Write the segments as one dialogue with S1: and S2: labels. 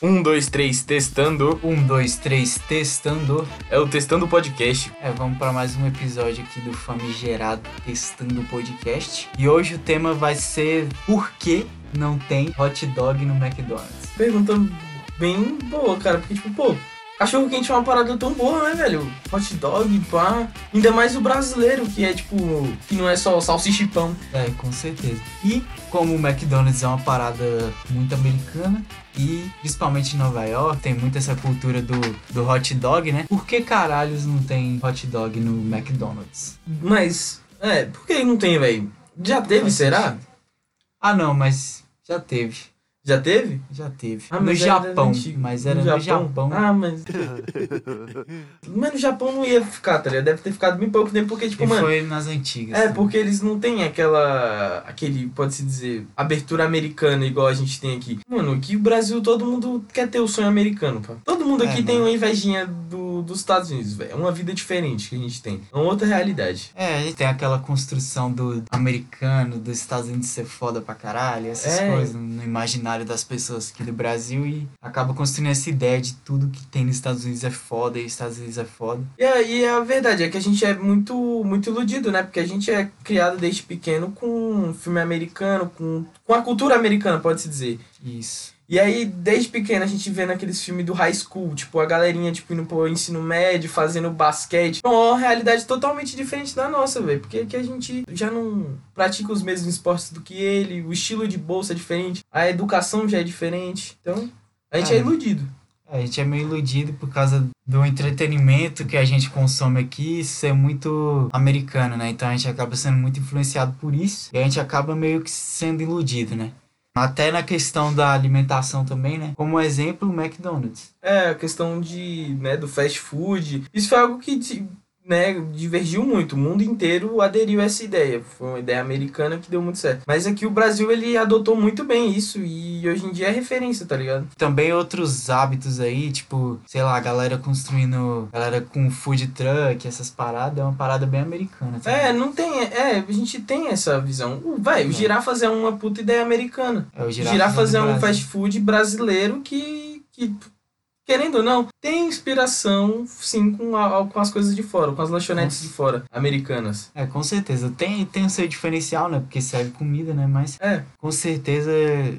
S1: Um, dois, três, testando.
S2: Um, dois, três, testando.
S1: É o Testando Podcast.
S2: É, vamos para mais um episódio aqui do Famigerado Testando Podcast. E hoje o tema vai ser por que não tem hot dog no McDonald's?
S3: Pergunta bem boa, cara. Porque, tipo, pô, cachorro quente é uma parada tão boa, né, velho? Hot dog, pá. Ainda mais o brasileiro, que é, tipo, que não é só salsicha e pão.
S2: É, com certeza. E como o McDonald's é uma parada muito americana e principalmente em Nova York tem muito essa cultura do, do hot dog, né? Por que caralhos não tem hot dog no McDonald's?
S3: Mas, é, por que não tem, velho? Já teve, será?
S2: Ah, não, mas já teve.
S3: Já teve?
S2: Já teve.
S3: Ah,
S2: no
S3: mas era
S2: Japão,
S3: antigo.
S2: mas era no Japão.
S3: Ah, mas. mas no Japão não ia ficar, tá ligado? Deve ter ficado bem pouco tempo, porque, tipo,
S2: e
S3: mano.
S2: foi nas antigas.
S3: É,
S2: também.
S3: porque eles não têm aquela. aquele, pode-se dizer, abertura americana igual a gente tem aqui. Mano, que o Brasil todo mundo quer ter o sonho americano, pá. Todo mundo
S2: É,
S3: aqui tem
S2: mano.
S3: uma invejinha do, dos Estados Unidos, velho. É uma vida diferente que a gente tem. É uma outra realidade.
S2: É, tem aquela construção do americano, dos Estados Unidos ser foda pra caralho, essas
S3: É.
S2: coisas no imaginário das pessoas aqui do Brasil e acaba construindo essa ideia de tudo que tem nos Estados Unidos é foda e Estados Unidos é foda.
S3: E aí a verdade é que a gente é muito, muito iludido, né? Porque a gente é criado desde pequeno com filme americano, com, com a cultura americana, pode-se dizer.
S2: Isso.
S3: E aí, desde pequeno, a gente vê naqueles filmes do high school, tipo, a galerinha, tipo, indo pro ensino médio, fazendo basquete. É uma realidade totalmente diferente da nossa, velho. Porque aqui a gente já não pratica os mesmos esportes do que ele, o estilo de bolsa é diferente, a educação já é diferente. Então, a gente é,
S2: É.
S3: iludido.
S2: A gente é meio iludido por causa do entretenimento que a gente consome aqui ser muito americano, né? Então a gente acaba sendo muito influenciado por isso e a gente acaba meio que sendo iludido, né? Até na questão da alimentação também, né? Como exemplo, o McDonald's.
S3: É, a questão de, né, do fast food. Isso foi algo que, di- né, divergiu muito. O mundo inteiro aderiu a essa ideia. Foi uma ideia americana que deu muito certo. Mas aqui o Brasil, ele adotou muito bem isso. E hoje em dia é referência, tá ligado?
S2: Também outros hábitos aí, tipo, sei lá, a galera construindo, galera com food truck, essas paradas, é uma parada bem americana. também.
S3: É, não tem. É, a gente tem essa visão. O- Vai, o
S2: É.
S3: girafas é uma puta ideia americana.
S2: é o
S3: Girafas, girafas é
S2: do
S3: um
S2: Brasil.
S3: fast food brasileiro que. que querendo ou não, tem inspiração, sim, com, a- com as coisas de fora, com as lanchonetes de fora, americanas.
S2: É, com certeza. Tem, tem o seu diferencial, né? Porque serve comida, né? Mas
S3: É.
S2: com certeza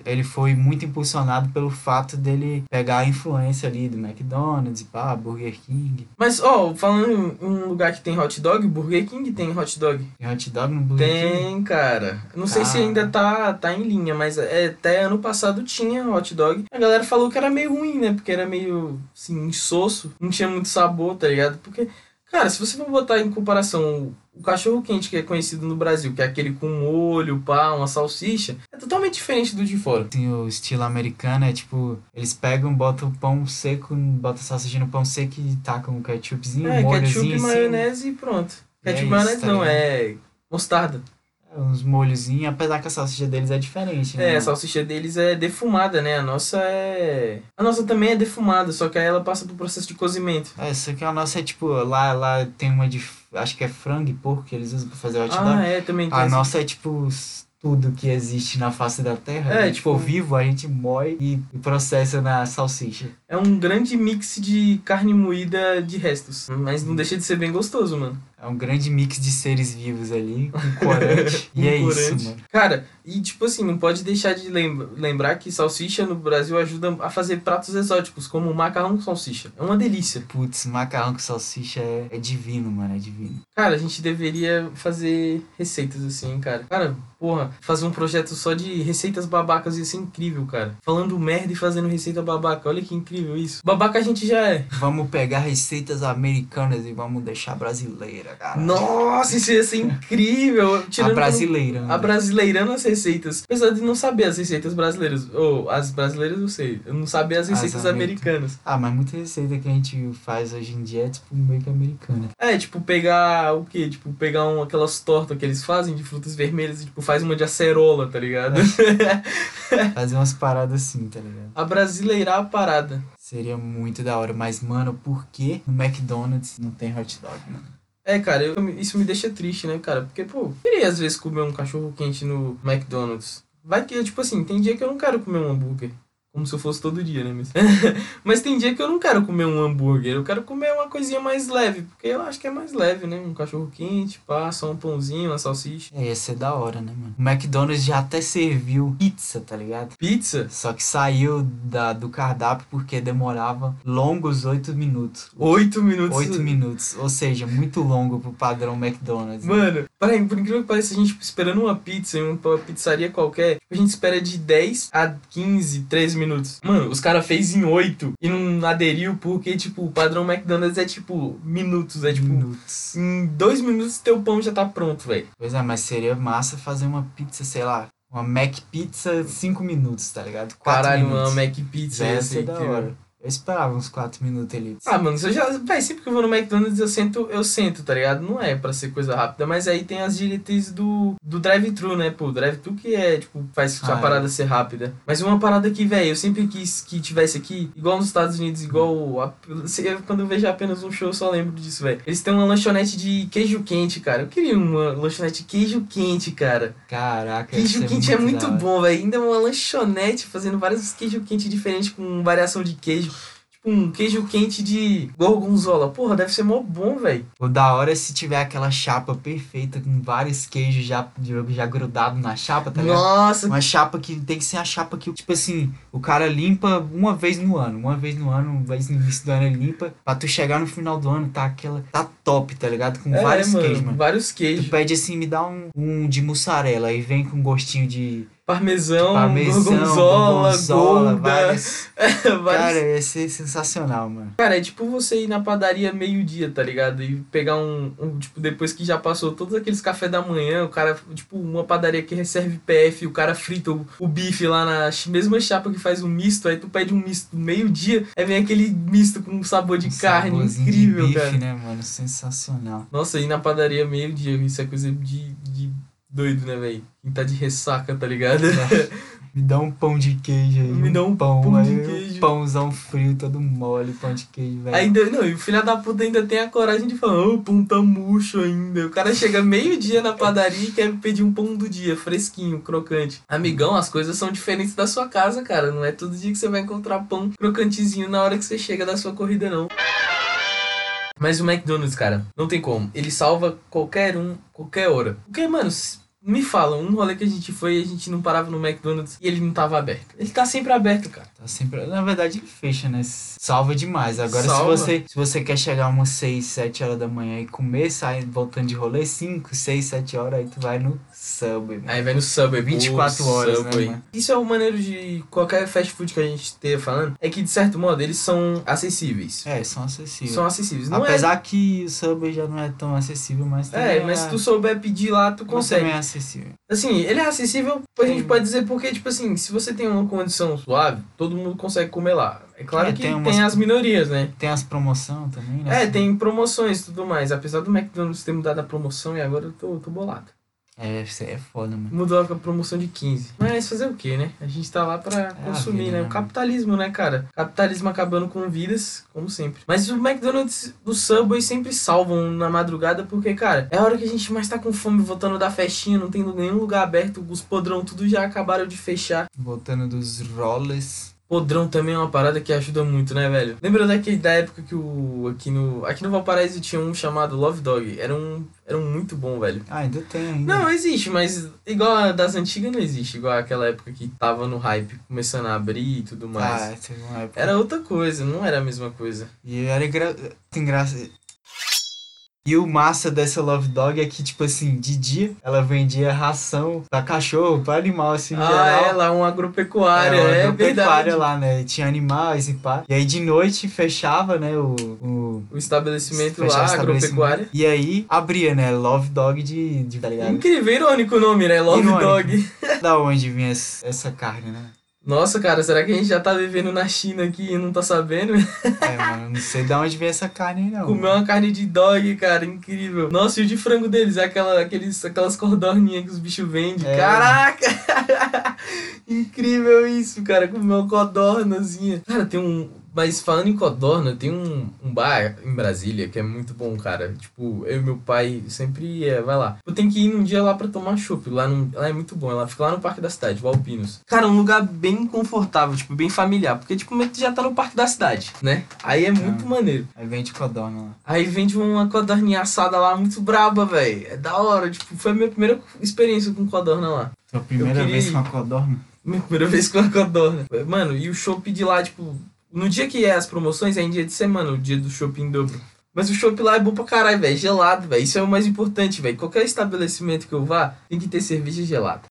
S2: ele foi muito impulsionado pelo fato dele pegar a influência ali do McDonald's, pá, Burger King.
S3: Mas, ó, falando em um lugar que tem hot dog, Burger King tem hot dog.
S2: Tem hot dog no Burger King?
S3: Tem, cara. Não sei se
S2: Cara.
S3: ainda tá, tá em linha, mas é, até ano passado tinha hot dog. A galera falou que era meio ruim, né? Porque era meio, assim, insosso. Não tinha muito sabor, tá ligado? Porque, cara, se você for botar em comparação o cachorro quente que é conhecido no Brasil, que é aquele com molho, pá, uma salsicha, é totalmente diferente do de fora.
S2: Assim, o estilo americano é tipo, eles pegam, botam o pão seco, botam salsicha no pão seco e tacam um ketchupzinho,
S3: É,
S2: um
S3: ketchup,
S2: molhozinho em cima.
S3: maionese e pronto.
S2: É
S3: Ketchup,
S2: isso,
S3: maionese
S2: tá
S3: não,
S2: ligado?
S3: é mostarda.
S2: Uns molhozinhos, apesar que a salsicha deles é diferente, né?
S3: É, a salsicha deles é defumada, né? A nossa é. A nossa também é defumada, só que aí ela passa pro processo de cozimento.
S2: É, só que a nossa é tipo, lá, lá tem uma de. Acho que é frango e porco que eles usam pra fazer hot dog.
S3: Ah, é, também tem.
S2: A
S3: esse-
S2: nossa é tipo s- tudo que existe na face da terra.
S3: É,
S2: É, tipo,
S3: tipo-
S2: vivo a gente moe e e processa na salsicha.
S3: É um grande mix de carne moída de restos. Mas
S2: Uhum.
S3: não deixa de ser bem gostoso, mano.
S2: É um grande mix de seres vivos ali, com corante. e
S3: Um
S2: é
S3: corante.
S2: isso, mano.
S3: Cara, e tipo assim, não pode deixar de lem- lembrar que salsicha no Brasil ajuda a fazer pratos exóticos, como macarrão com salsicha. É uma delícia.
S2: Putz, macarrão com salsicha é, é divino, mano, é divino.
S3: Cara, a gente deveria fazer receitas assim, hein, cara. Cara, porra, fazer um projeto só de receitas babacas ia ser incrível, cara. Falando merda e fazendo receita babaca. Olha que incrível isso. Babaca a gente já é.
S2: Vamos pegar receitas americanas e vamos deixar brasileira, cara.
S3: Nossa, isso ia ser incrível.
S2: A
S3: Tirando um-
S2: brasileira. né?
S3: A brasileirando as receitas. Apesar de não saber as receitas brasileiras. Ou as brasileiras eu sei. Eu não saber
S2: As
S3: as receitas
S2: americanas.
S3: americanas.
S2: Ah, mas muita receita que a gente faz hoje em dia é tipo meio que americana.
S3: É, tipo, pegar o quê? Tipo, pegar um, aquelas tortas que eles fazem de frutas vermelhas e, tipo, faz uma de acerola, tá ligado?
S2: Fazer umas paradas assim, tá ligado?
S3: a brasileirar a parada.
S2: Seria muito da hora, mas mano, por que no McDonald's não tem hot dog, mano?
S3: É, cara, eu- isso me deixa triste, né, cara? Porque, pô, eu queria às vezes comer um cachorro quente no McDonald's. Vai que, tipo assim, tem dia que eu não quero comer um hambúrguer. Como se eu fosse todo dia, né? Mas... Mas tem dia que eu não quero comer um hambúrguer, eu quero comer uma coisinha mais leve, porque eu acho que é mais leve, né? Um cachorro quente, pá, só um pãozinho, uma salsicha.
S2: É, ia ser da hora, né, mano? O McDonald's já até serviu pizza, tá ligado?
S3: Pizza?
S2: Só que saiu da, do cardápio porque demorava longos oito minutos.
S3: Oito minutos.
S2: oito minutos. Ou seja, muito longo pro padrão McDonald's. né?
S3: Mano, peraí, por incrível que pareça, a gente esperando uma pizza em um, uma pizzaria qualquer, a gente espera de 10 a 15, 13 minutos. Mano, os caras fez em 8 e não aderiu porque, tipo, o padrão McDonald's é tipo minutos, é tipo.
S2: Minutos.
S3: Em dois minutos teu pão já tá pronto, velho.
S2: Pois é, mas seria massa fazer uma pizza, sei lá, uma Mac Pizza cinco minutos, tá ligado? Quatro
S3: Caralho,
S2: minutos.
S3: uma Mac Pizza
S2: Já ia
S3: assim,
S2: ser da
S3: entendeu?
S2: hora. Eu esperava uns quatro minutos ali.
S3: Ah, mano, se eu já. Véi, sempre que eu vou no McDonald's eu sento, eu sento, tá ligado? Não é pra ser coisa rápida, mas aí tem as diretrizes do, do drive-thru, né? Pô, drive-thru que é, tipo, faz
S2: Ah,
S3: a
S2: é.
S3: parada ser rápida. Mas uma parada que, velho, eu sempre quis que tivesse aqui, igual nos Estados Unidos, igual. A, se- eu- quando eu vejo apenas um show, eu só lembro disso, velho. Eles têm uma lanchonete de queijo quente, cara. Eu queria uma lanchonete de queijo quente, cara.
S2: Caraca, ia
S3: Queijo
S2: ser
S3: quente é muito
S2: da hora.
S3: bom, velho. Ainda uma lanchonete fazendo vários queijo quente diferentes com variação de queijo. Tipo um queijo quente de gorgonzola. Porra, deve ser mó bom, velho.
S2: O da hora é se tiver aquela chapa perfeita com vários queijos já, já grudado na chapa, tá ligado?
S3: Nossa,
S2: Uma chapa que tem que ser a chapa que, tipo assim, o cara limpa uma vez no ano. Uma vez no ano, uma vez no início do ano ele limpa. Pra tu chegar no final do ano, tá aquela. Tá top, tá ligado? Com
S3: é,
S2: vários
S3: mano,
S2: queijos, mano.
S3: Vários
S2: Tu
S3: queijos.
S2: pede assim, me dá um, um de mussarela e vem com gostinho de tipo,
S3: Parmesão,
S2: parmesão,
S3: gorgonzola,
S2: gorgonzola,
S3: gorda.
S2: várias.
S3: vários-
S2: Cara, ia ser sensacional, mano.
S3: Cara, é tipo você ir na padaria meio-dia, tá ligado? E pegar um, um, Tipo, depois que já passou todos aqueles café da manhã, o cara. Tipo, uma padaria que recebe PF, o cara frita o, o bife lá na ch- mesma chapa que faz o misto, aí tu pede um misto meio-dia, aí vem aquele misto com sabor de
S2: Um
S3: carne
S2: saborzinho de
S3: incrível,
S2: bife,
S3: cara.
S2: né, mano? Sensacional.
S3: Nossa, ir na padaria meio-dia, isso é coisa de, de doido, né, velho? Quem tá de ressaca, tá ligado?
S2: Me dá um pão de queijo aí.
S3: Me dá um
S2: pão,
S3: pão de
S2: aí, um
S3: queijo.
S2: Pãozão frio, todo mole, pão de queijo, velho.
S3: Ainda, não, e o filho da puta ainda tem a coragem de falar, "Ah, o pão tá murcho ainda. O cara chega meio-dia na padaria e quer pedir um pão do dia, fresquinho, crocante. Amigão, as coisas são diferentes da sua casa, cara. Não é todo dia que você vai encontrar pão crocantezinho na hora que você chega da sua corrida, não. Mas o McDonald's, cara, não tem como. Ele salva qualquer um, qualquer hora. Porque, mano, s- me fala, um rolê que a gente foi e a gente não parava no McDonald's e ele não tava aberto. Ele tá sempre aberto, cara.
S2: Tá sempre... Na verdade, ele fecha, né? Salva demais. Agora,
S3: Salva.
S2: se você se você quer chegar umas 6, 7 horas da manhã e comer, sair voltando de rolê, 5, 6, 7 horas, aí tu vai no Subway, mano.
S3: Aí vai no Subway,
S2: 24 horas, né, mano?
S3: Isso é o maneiro de qualquer fast food que a gente esteja falando, é que de certo modo eles são acessíveis.
S2: É, são acessíveis.
S3: São acessíveis. Não
S2: Apesar que o Subway já não é tão acessível, mas também
S3: é... é, mas se tu
S2: mas
S3: souber pedir lá, tu
S2: também
S3: consegue.
S2: é acessível.
S3: Assim, ele é acessível, a gente
S2: Sim.
S3: pode dizer porque, tipo assim, se você tem uma condição suave, todo mundo consegue comer lá. É claro
S2: É,
S3: que
S2: tem
S3: tem,
S2: umas-
S3: as minorias, né?
S2: Tem as promoções também, né?
S3: É, tem promoções e tudo mais. Apesar do McDonald's ter mudado a promoção e agora eu tô, tô bolado.
S2: É, isso aí é foda, mano.
S3: Mudou a promoção de 15. Mas fazer o que, né? A gente tá lá pra consumir,
S2: vida,
S3: né?
S2: né?
S3: O capitalismo, né, cara? Capitalismo acabando com vidas, como sempre. Mas o McDonald's, o Subway sempre salvam na madrugada, porque, cara, é a hora que a gente mais tá com fome voltando da festinha, não tem nenhum lugar aberto, os podrão tudo já acabaram de fechar.
S2: Voltando dos rollers.
S3: Podrão também é uma parada que ajuda muito, né, velho? Lembra daquele da época que o. Aqui no. Aqui no Valparaíso tinha um chamado Love Dog. Era um. Era um muito bom, velho.
S2: Ah, ainda tem ainda.
S3: Não, existe, mas igual a das antigas não existe, igual aquela época que tava no hype, começando a abrir e tudo mais.
S2: Ah, teve uma época.
S3: Era outra coisa, não era a mesma coisa.
S2: E era engra... tem graça. E o massa dessa Love Dog é que, tipo assim, de dia ela vendia ração pra cachorro, pra animal, assim, em
S3: Ah,
S2: geral.
S3: é lá, uma agropecuária,
S2: Era uma
S3: é,
S2: agropecuária
S3: verdade.
S2: lá, né? Tinha animais e pá. E aí de noite fechava, né? O. o...
S3: O estabelecimento
S2: fechava
S3: lá,
S2: o estabelecimento.
S3: agropecuária.
S2: E aí abria, né? Love Dog de. de tá ligado?
S3: Incrível, irônico o nome, né? Love
S2: Irônico.
S3: Dog.
S2: da onde vinha essa essa carne, né?
S3: Nossa, cara, será que a gente já tá vivendo na China aqui e não tá sabendo?
S2: É, mano, eu não sei da onde vinha essa carne aí, não.
S3: Comeu uma carne de dog, cara, incrível. Nossa, e o de frango deles, é aquela, aqueles, aquelas codorninhas que os bichos vendem.
S2: É.
S3: Caraca! incrível isso, cara, comeu uma codornazinha. Cara, tem um... Mas falando em codorna, tem um, um bar em Brasília que é muito bom, cara. Tipo, eu e meu pai sempre ia, vai lá. Eu tenho que ir um dia lá pra tomar chopp. Lá, num- lá é muito bom. Ela fica lá no Parque da Cidade, Valpinos. Cara, um lugar bem confortável, tipo, bem familiar. Porque, tipo, meio que já tá no Parque da Cidade, né? Aí é muito maneiro.
S2: Aí vem de codorna lá.
S3: Aí vende uma codorninha assada lá muito braba, velho. É da hora. Tipo, foi a minha primeira experiência com codorna lá.
S2: Tua É primeira
S3: queria
S2: vez
S3: ir.
S2: com a codorna?
S3: Minha primeira vez com a codorna. Mano, e o shopping de lá, tipo, no dia que é as promoções, é em dia de semana, o dia do shopping em dobro. Mas o shopping lá é bom pra caralho, velho. Gelado, velho. Isso é o mais importante, velho. Qualquer estabelecimento que eu vá, tem que ter cerveja gelada.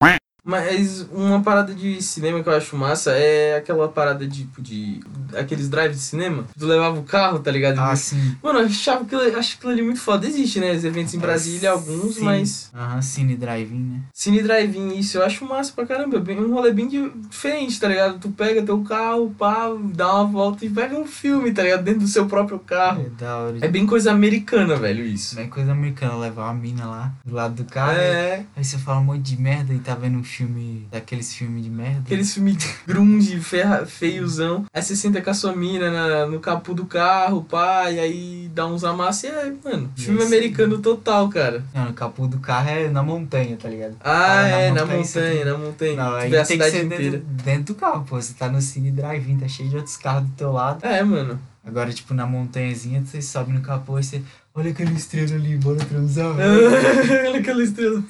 S3: Mas uma parada de cinema que eu acho massa é aquela parada de, tipo, de. aqueles drives de cinema. Tu levava o carro, tá ligado?
S2: Ah, sim.
S3: Mano, eu achava aquilo, acho aquilo ali muito foda. Existe, né? Os eventos em Brasília, alguns,
S2: É, Sim.
S3: mas.
S2: Aham, Cine Drive-In, né?
S3: Cine Drive-In, isso eu acho massa pra caramba. Bem, um rolê bem di- diferente, tá ligado? Tu pega teu carro, pá, dá uma volta e pega um filme, tá ligado? Dentro do seu próprio carro.
S2: É da hora.
S3: É bem coisa americana, velho, isso.
S2: Bem coisa americana levar uma mina lá do lado do carro.
S3: é,
S2: Aí você fala um monte de merda e tá vendo um filme, daqueles filmes de merda.
S3: aqueles filmes grunge, ferra, feiozão. Aí você senta com a sua mina na- no capô do carro, pá, e aí dá uns amassos. E é, mano, filme
S2: Isso.
S3: americano total, cara.
S2: Não, no capô do carro é na montanha, tá ligado?
S3: Ah,
S2: Ah, na
S3: é, na
S2: montanha, você
S3: montanha,
S2: tem-
S3: na montanha.
S2: Não,
S3: Tu
S2: aí
S3: vê a
S2: tem que
S3: cidade
S2: ser dentro,
S3: inteira.
S2: dentro do carro, pô. Você tá no Cine Drive-In, tá cheio de outros carros do teu lado.
S3: É, mano.
S2: Agora, tipo, na montanhazinha, você sobe no capô e você... Olha aquele estrela ali, bora transar.
S3: Olha aquela estrela.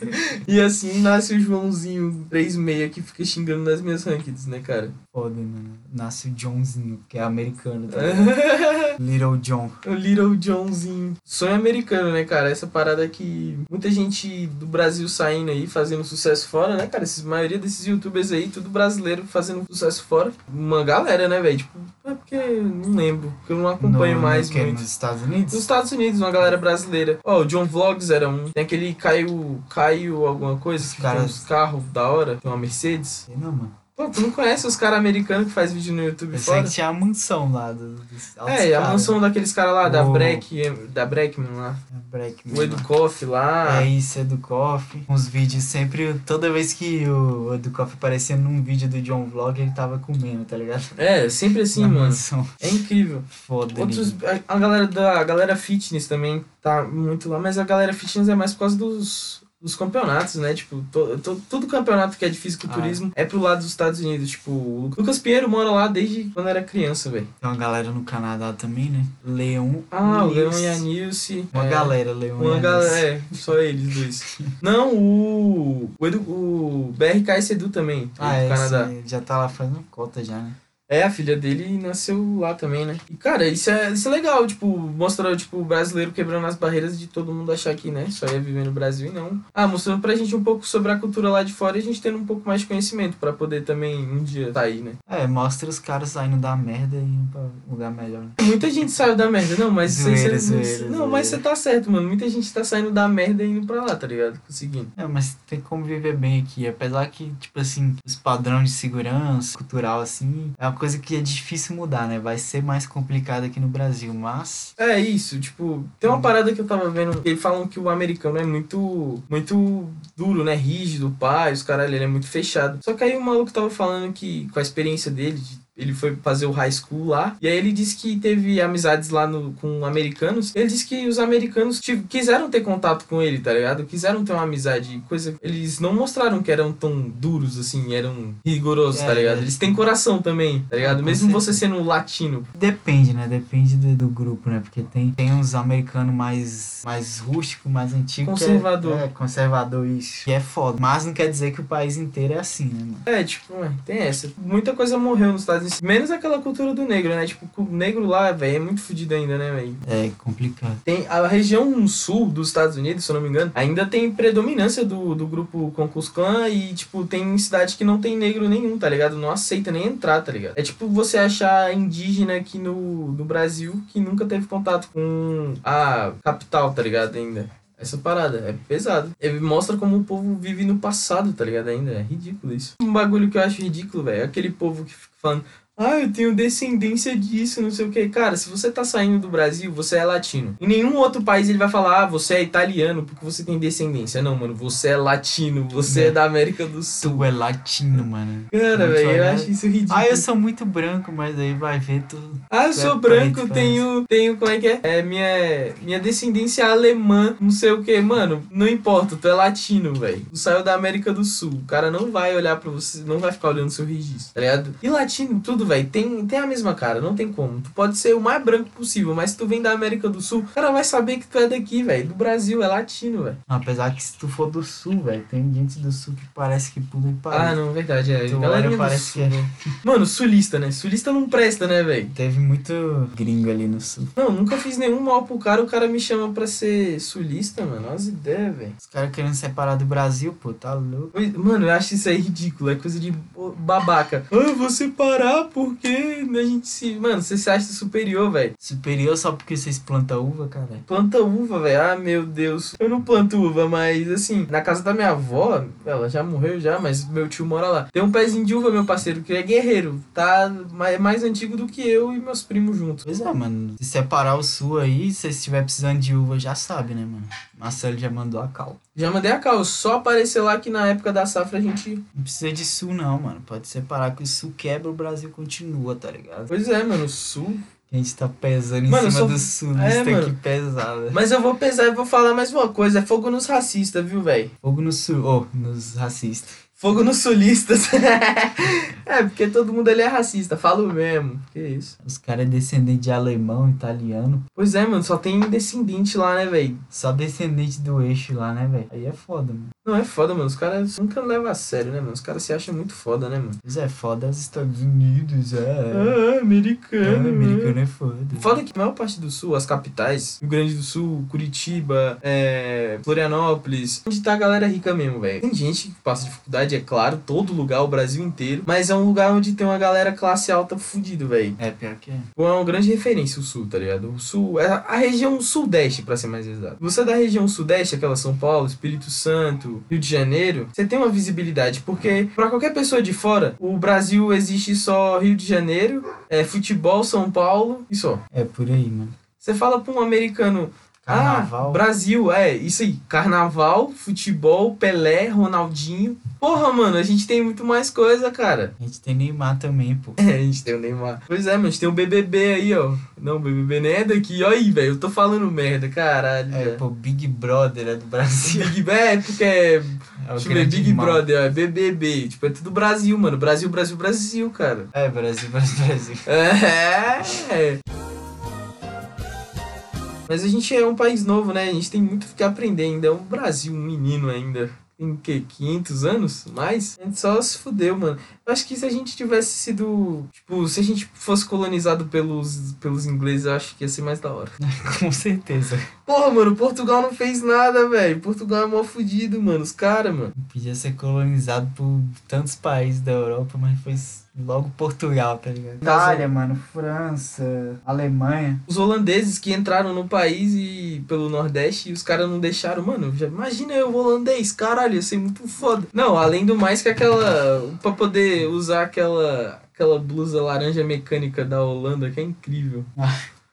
S3: E assim nasce o Joãozinho 36 que fica xingando nas minhas rankings, né, cara?
S2: Foda, mano. Nasce o Johnzinho, que é americano, tá ligado? Little John.
S3: o Little Johnzinho. Sonho americano, né, cara? Essa parada que muita gente do Brasil saindo aí, fazendo sucesso fora, né, cara? Esses, maioria desses youtubers aí, tudo brasileiro fazendo sucesso fora. Uma galera, né, velho? Tipo, é porque eu não lembro, porque eu não acompanho
S2: No-
S3: mais
S2: no que,
S3: muito.
S2: Nos Estados
S3: Nos
S2: Unidos?
S3: Estados Unidos, uma galera brasileira. Ó, o John Vlogs era um. Tem aquele Caio. Caio alguma coisa.
S2: Os
S3: que
S2: caras-
S3: Tem uns carros da hora. Tem uma Mercedes.
S2: Sei Não, mano.
S3: Pô, tu não conhece os caras americanos que faz vídeo no YouTube
S2: Eu sei
S3: fora?
S2: que tinha a mansão lá do, dos altos
S3: É, a
S2: caras.
S3: mansão daqueles caras lá, da
S2: O-
S3: Breck, da Breckman lá.
S2: É Breakman,
S3: O Ah.
S2: mano.
S3: Educoff lá.
S2: É isso, Educoff. Uns vídeos sempre. Toda vez que o Educoff aparecia num vídeo do John Vlog, ele tava comendo, tá ligado?
S3: É, sempre assim,
S2: Na
S3: mano.
S2: mansão.
S3: É incrível.
S2: Foda,
S3: Outros,
S2: Outros...
S3: a, a galera da a galera fitness também tá muito lá, mas a galera fitness é mais por causa dos, dos campeonatos, né? Tipo, to, to- todo campeonato que é de fisiculturismo é pro lado dos Estados Unidos. Tipo, o Lucas Pinheiro mora lá desde quando era criança, velho.
S2: Tem uma galera no Canadá também, né? Leon.
S3: Ah, o Leon
S2: Lewis.
S3: e a Nilce.
S2: Uma
S3: é,
S2: galera, Leon e a
S3: Uma
S2: Nilce.
S3: galera, é, só eles dois. Não, o. O, Edu, o BRK Sedu também,
S2: Ah,
S3: do
S2: é,
S3: Canadá.
S2: sim, ele já tá lá fazendo cota já, né?
S3: É, a filha dele nasceu lá também, né? E, cara, isso é, isso é legal, tipo, mostrar, tipo, o brasileiro quebrando as barreiras de todo mundo achar que, né, só ia viver no Brasil e não. Ah, mostrando pra gente um pouco sobre a cultura lá de fora e a gente tendo um pouco mais de conhecimento pra poder também um dia sair, né?
S2: É, mostra os caras saindo da merda e indo pra um lugar melhor. né?
S3: Muita gente saiu da merda, não, mas isso aí
S2: Zoeira,
S3: você- não,
S2: zoeira,
S3: não, mas você
S2: zoeira.
S3: tá certo, mano. Muita gente tá saindo da merda e indo pra lá, tá ligado? Conseguindo.
S2: É, mas tem como viver bem aqui. Apesar que, tipo assim, os padrões de segurança cultural, assim, é uma coisa que é difícil mudar, né? Vai ser mais complicado aqui no Brasil, mas.
S3: É isso, tipo, tem
S2: Uhum.
S3: uma parada que eu tava vendo, que eles falam que o americano é muito muito duro, né? Rígido, pai, os caralho, ele é muito fechado. Só que aí o maluco tava falando que, com a experiência dele, de- ele foi fazer o high school lá, e aí ele disse que teve amizades lá no, com americanos. Ele disse que os americanos tive- quiseram ter contato com ele, tá ligado? Quiseram ter uma amizade, coisa. Eles não mostraram que eram tão duros assim, eram rigorosos,
S2: É,
S3: tá ligado?
S2: é.
S3: Eles têm coração também, tá ligado?
S2: Com
S3: Mesmo você
S2: certeza.
S3: sendo latino,
S2: Depende, né? Depende do, do grupo, né? Porque tem, tem uns americanos mais, mais rústico, mais antigo. que é-
S3: Conservador.
S2: É, conservador, isso. E é foda. Mas não quer dizer que o país inteiro é assim, né, mano?
S3: É, tipo, ué, tem essa. Muita coisa morreu nos Estados Unidos. Menos aquela cultura do negro, né? Tipo, o negro lá, velho, é muito fodido ainda, né, velho?
S2: É complicado.
S3: Tem a região sul dos Estados Unidos, se eu não me engano, ainda tem predominância do, do grupo Concus Clan e, tipo, tem cidade que não tem negro nenhum, tá ligado? Não aceita nem entrar, tá ligado? É tipo você achar indígena aqui no, no Brasil que nunca teve contato com a capital, tá ligado? Ainda. Essa parada é pesado. Ele mostra como o povo vive no passado, tá ligado? Ainda é ridículo isso. Um bagulho que eu acho ridículo, velho, é aquele povo que fica falando. Ah, eu tenho descendência disso, não sei o que. Cara, se você tá saindo do Brasil, você é latino. Em nenhum outro país ele vai falar, ah, você é italiano porque você tem descendência. Não, mano, você é latino, você é da América do Sul.
S2: Tu é latino, mano. Né?
S3: Cara,
S2: Muito
S3: velho, eu
S2: olhado.
S3: acho isso ridículo.
S2: Ah, eu sou muito branco, mas aí vai ver tu.
S3: Ah, eu sou
S2: É,
S3: branco,
S2: parente,
S3: tenho, tenho, como é que é? É minha, minha descendência é alemã, não sei o que, mano. Não importa, tu é latino, velho. Tu saiu da América do Sul. O cara não vai olhar pra você, não vai ficar olhando seu registro, tá ligado? E latino, tudo, velho, tem, tem a mesma cara, não tem como. Tu pode ser o mais branco possível, mas se tu vem da América do Sul, o cara vai saber que tu é daqui, velho. Do Brasil, é latino, velho.
S2: Apesar que se tu for do sul, velho, tem gente do sul que parece que puta que
S3: Ah,
S2: pariu.
S3: não, verdade, é.
S2: Tu
S3: Galerinha
S2: olha,
S3: do
S2: parece
S3: Sul,
S2: que é.
S3: né? Mano, sulista, né? Sulista não presta, né, velho?
S2: Teve muito gringo ali no sul.
S3: Não, nunca fiz nenhum mal pro cara, o cara me chama pra ser sulista, mano. As ideias, velho.
S2: Os caras querendo separar do Brasil, pô, tá louco.
S3: Pois- Mano, eu acho isso aí ridículo, é coisa de bo- babaca. Ah, você parar porque né, a gente se. Mano, você se acha superior, velho.
S2: Superior só porque vocês plantam uva, cara.
S3: Planta uva, velho. Ah, meu Deus. Eu não planto uva, mas assim, na casa da minha avó, ela já morreu já, mas meu tio mora lá. Tem um pezinho de uva, meu parceiro, que é guerreiro. Tá ma- é mais antigo do que eu e meus primos juntos.
S2: Pois é, mano. Se separar o sul aí, se estiver precisando de uva, já sabe, né, mano? Marcelo já mandou a cal.
S3: Já mandei a calça, só apareceu lá que na época da safra a gente
S2: Não precisa de sul, não, mano. Pode separar que o sul quebra, o Brasil continua, tá ligado?
S3: Pois é, mano, o sul.
S2: A gente tá pesando em
S3: Mano, eu
S2: cima
S3: sou-
S2: do sul,
S3: É,
S2: isso
S3: mano.
S2: aqui pesada.
S3: Mas eu vou pesar e vou falar mais uma coisa: é fogo nos racistas, viu, velho?
S2: Fogo no sul, ô, nos racistas.
S3: Fogo nos sulistas. é, porque todo mundo ali é racista, falo mesmo. Que isso.
S2: Os caras é descendente de alemão, italiano,
S3: Pois é, mano, só tem descendente lá, né, velho?
S2: só descendente do eixo lá, né, velho? Aí é foda, mano.
S3: Não, é foda, mano. Os caras nunca levam a sério, né, mano? Os caras se acham muito foda, né, mano?
S2: Pois é, foda é os Estados Unidos, é.
S3: Ah,
S2: É,
S3: americano. americano.
S2: americano é foda.
S3: Foda que a maior parte do sul, as capitais, Rio Grande do Sul, Curitiba, é, Florianópolis, onde tá a galera rica mesmo, velho. Tem gente que passa dificuldade, é claro, todo lugar, o Brasil inteiro, mas é um lugar onde tem uma galera classe alta fudido, velho.
S2: É, pior que é.
S3: É uma grande referência o sul, tá ligado? O sul, é a região sudeste, pra ser mais exato. Você é da região sudeste, aquela São Paulo, Espírito Santo, Rio de Janeiro, você tem uma visibilidade, porque pra qualquer pessoa de fora, o Brasil existe só Rio de Janeiro, é futebol, São Paulo e só.
S2: É por aí, mano.
S3: Você fala pra um americano, ah,
S2: Carnaval.
S3: Brasil, é, isso aí, carnaval, futebol, Pelé, Ronaldinho. Porra, mano, a gente tem muito mais coisa, cara.
S2: A gente tem Neymar também, pô.
S3: É, a gente tem o Neymar. Pois é, mano, a gente tem o BBB aí, ó. Não, o BBB nem é daqui. Olha aí, velho, eu tô falando merda, caralho.
S2: É,
S3: velho.
S2: pô, Big Brother é do Brasil.
S3: Big Bé, é porque é,
S2: É o
S3: deixa eu ver,
S2: grande
S3: Big
S2: irmão.
S3: Brother, ó, é BBB. Tipo, é tudo Brasil, mano. Brasil, Brasil, Brasil, cara.
S2: É, Brasil, Brasil, Brasil.
S3: É. Mas a gente é um país novo, né? A gente tem muito o que aprender ainda. É um Brasil, um menino ainda. Tem o quê? 500 anos? Mais? A gente só se fudeu, mano. Eu acho que se a gente tivesse sido. Tipo, se a gente fosse colonizado pelos, pelos ingleses, eu acho que ia ser mais da hora.
S2: Com certeza.
S3: Porra, mano, Portugal não fez nada, velho. Portugal é mó fudido, mano. Os caras, mano.
S2: Podia ser colonizado por tantos países da Europa, mas foi logo Portugal, tá ligado?
S3: Itália,
S2: mano, França, Alemanha.
S3: Os holandeses que entraram no país e pelo Nordeste e os caras não deixaram. Mano, já, imagina eu holandês, caralho, ia ser muito foda. Não, além do mais que aquela. Pra poder usar aquela. Aquela blusa laranja mecânica da Holanda, que é incrível.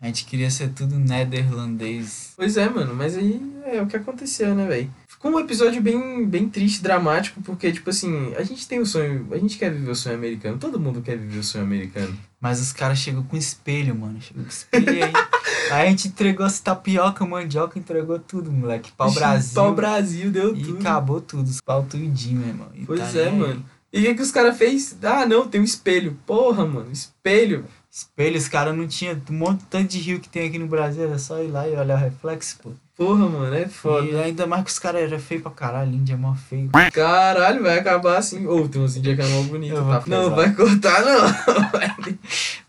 S2: A gente queria ser tudo nederlandês.
S3: Pois é, mano, mas aí é o que aconteceu, né, velho? Ficou um episódio bem, bem triste, dramático, porque, tipo assim, a gente tem o sonho, a gente quer viver o sonho americano, todo mundo quer viver o sonho americano.
S2: Mas os caras chegam com espelho, mano. Chegou com espelho e aí. aí a gente entregou as tapioca, mandioca, entregou tudo, moleque. Pau Brasil.
S3: Pau Brasil, deu
S2: E
S3: tudo.
S2: acabou tudo, os pau tudinho, meu irmão. E
S3: Pois
S2: tá
S3: é,
S2: nem aí.
S3: mano. E o que, que os caras fez? Ah, não, tem um espelho. Porra, mano, espelho.
S2: Espelho, os caras não tinham um monte tanto de rio que tem aqui no Brasil, era só ir lá e olhar o reflexo, pô.
S3: Porra, mano, é foda.
S2: E ainda mais que os caras eram feios pra caralho, índia é mó feio.
S3: Caralho, vai acabar assim. Ou tem uns índios que é mó bonito,
S2: Eu vou
S3: tá? Não,
S2: pesar.
S3: vai cortar, não.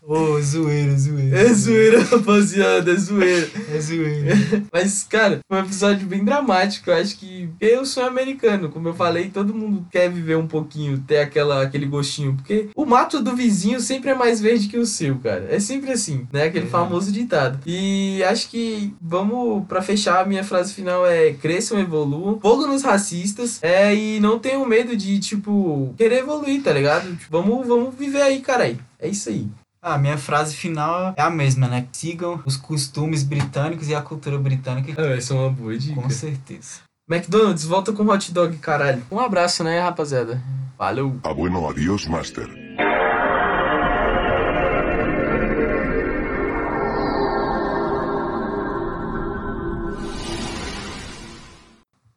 S2: Ô, zoeira, zoeira.
S3: É zoeira, rapaziada, é zoeira.
S2: É zoeira.
S3: Mas, cara, foi um episódio bem dramático. Eu acho que eu sou americano, como eu falei, todo mundo quer viver um pouquinho, ter aquela, aquele gostinho. Porque o mato do vizinho sempre é mais verde que o seu, cara. É sempre assim, né? Aquele
S2: É.
S3: famoso ditado. E acho que vamos, pra fechar, a minha frase final é: cresçam, evoluam, fogo nos racistas. É, e não tenham medo de, tipo, querer evoluir, tá ligado? Tipo, vamos, vamos viver aí, cara. É isso aí.
S2: A Ah, minha frase final é a mesma, né? Sigam os costumes britânicos e a cultura britânica.
S3: Ah, essa é uma boa dica.
S2: Com certeza.
S3: McDonald's, volta com hot dog, caralho. Um abraço, né, rapaziada?
S1: Valeu!
S4: Ah, bueno, adiós, Master.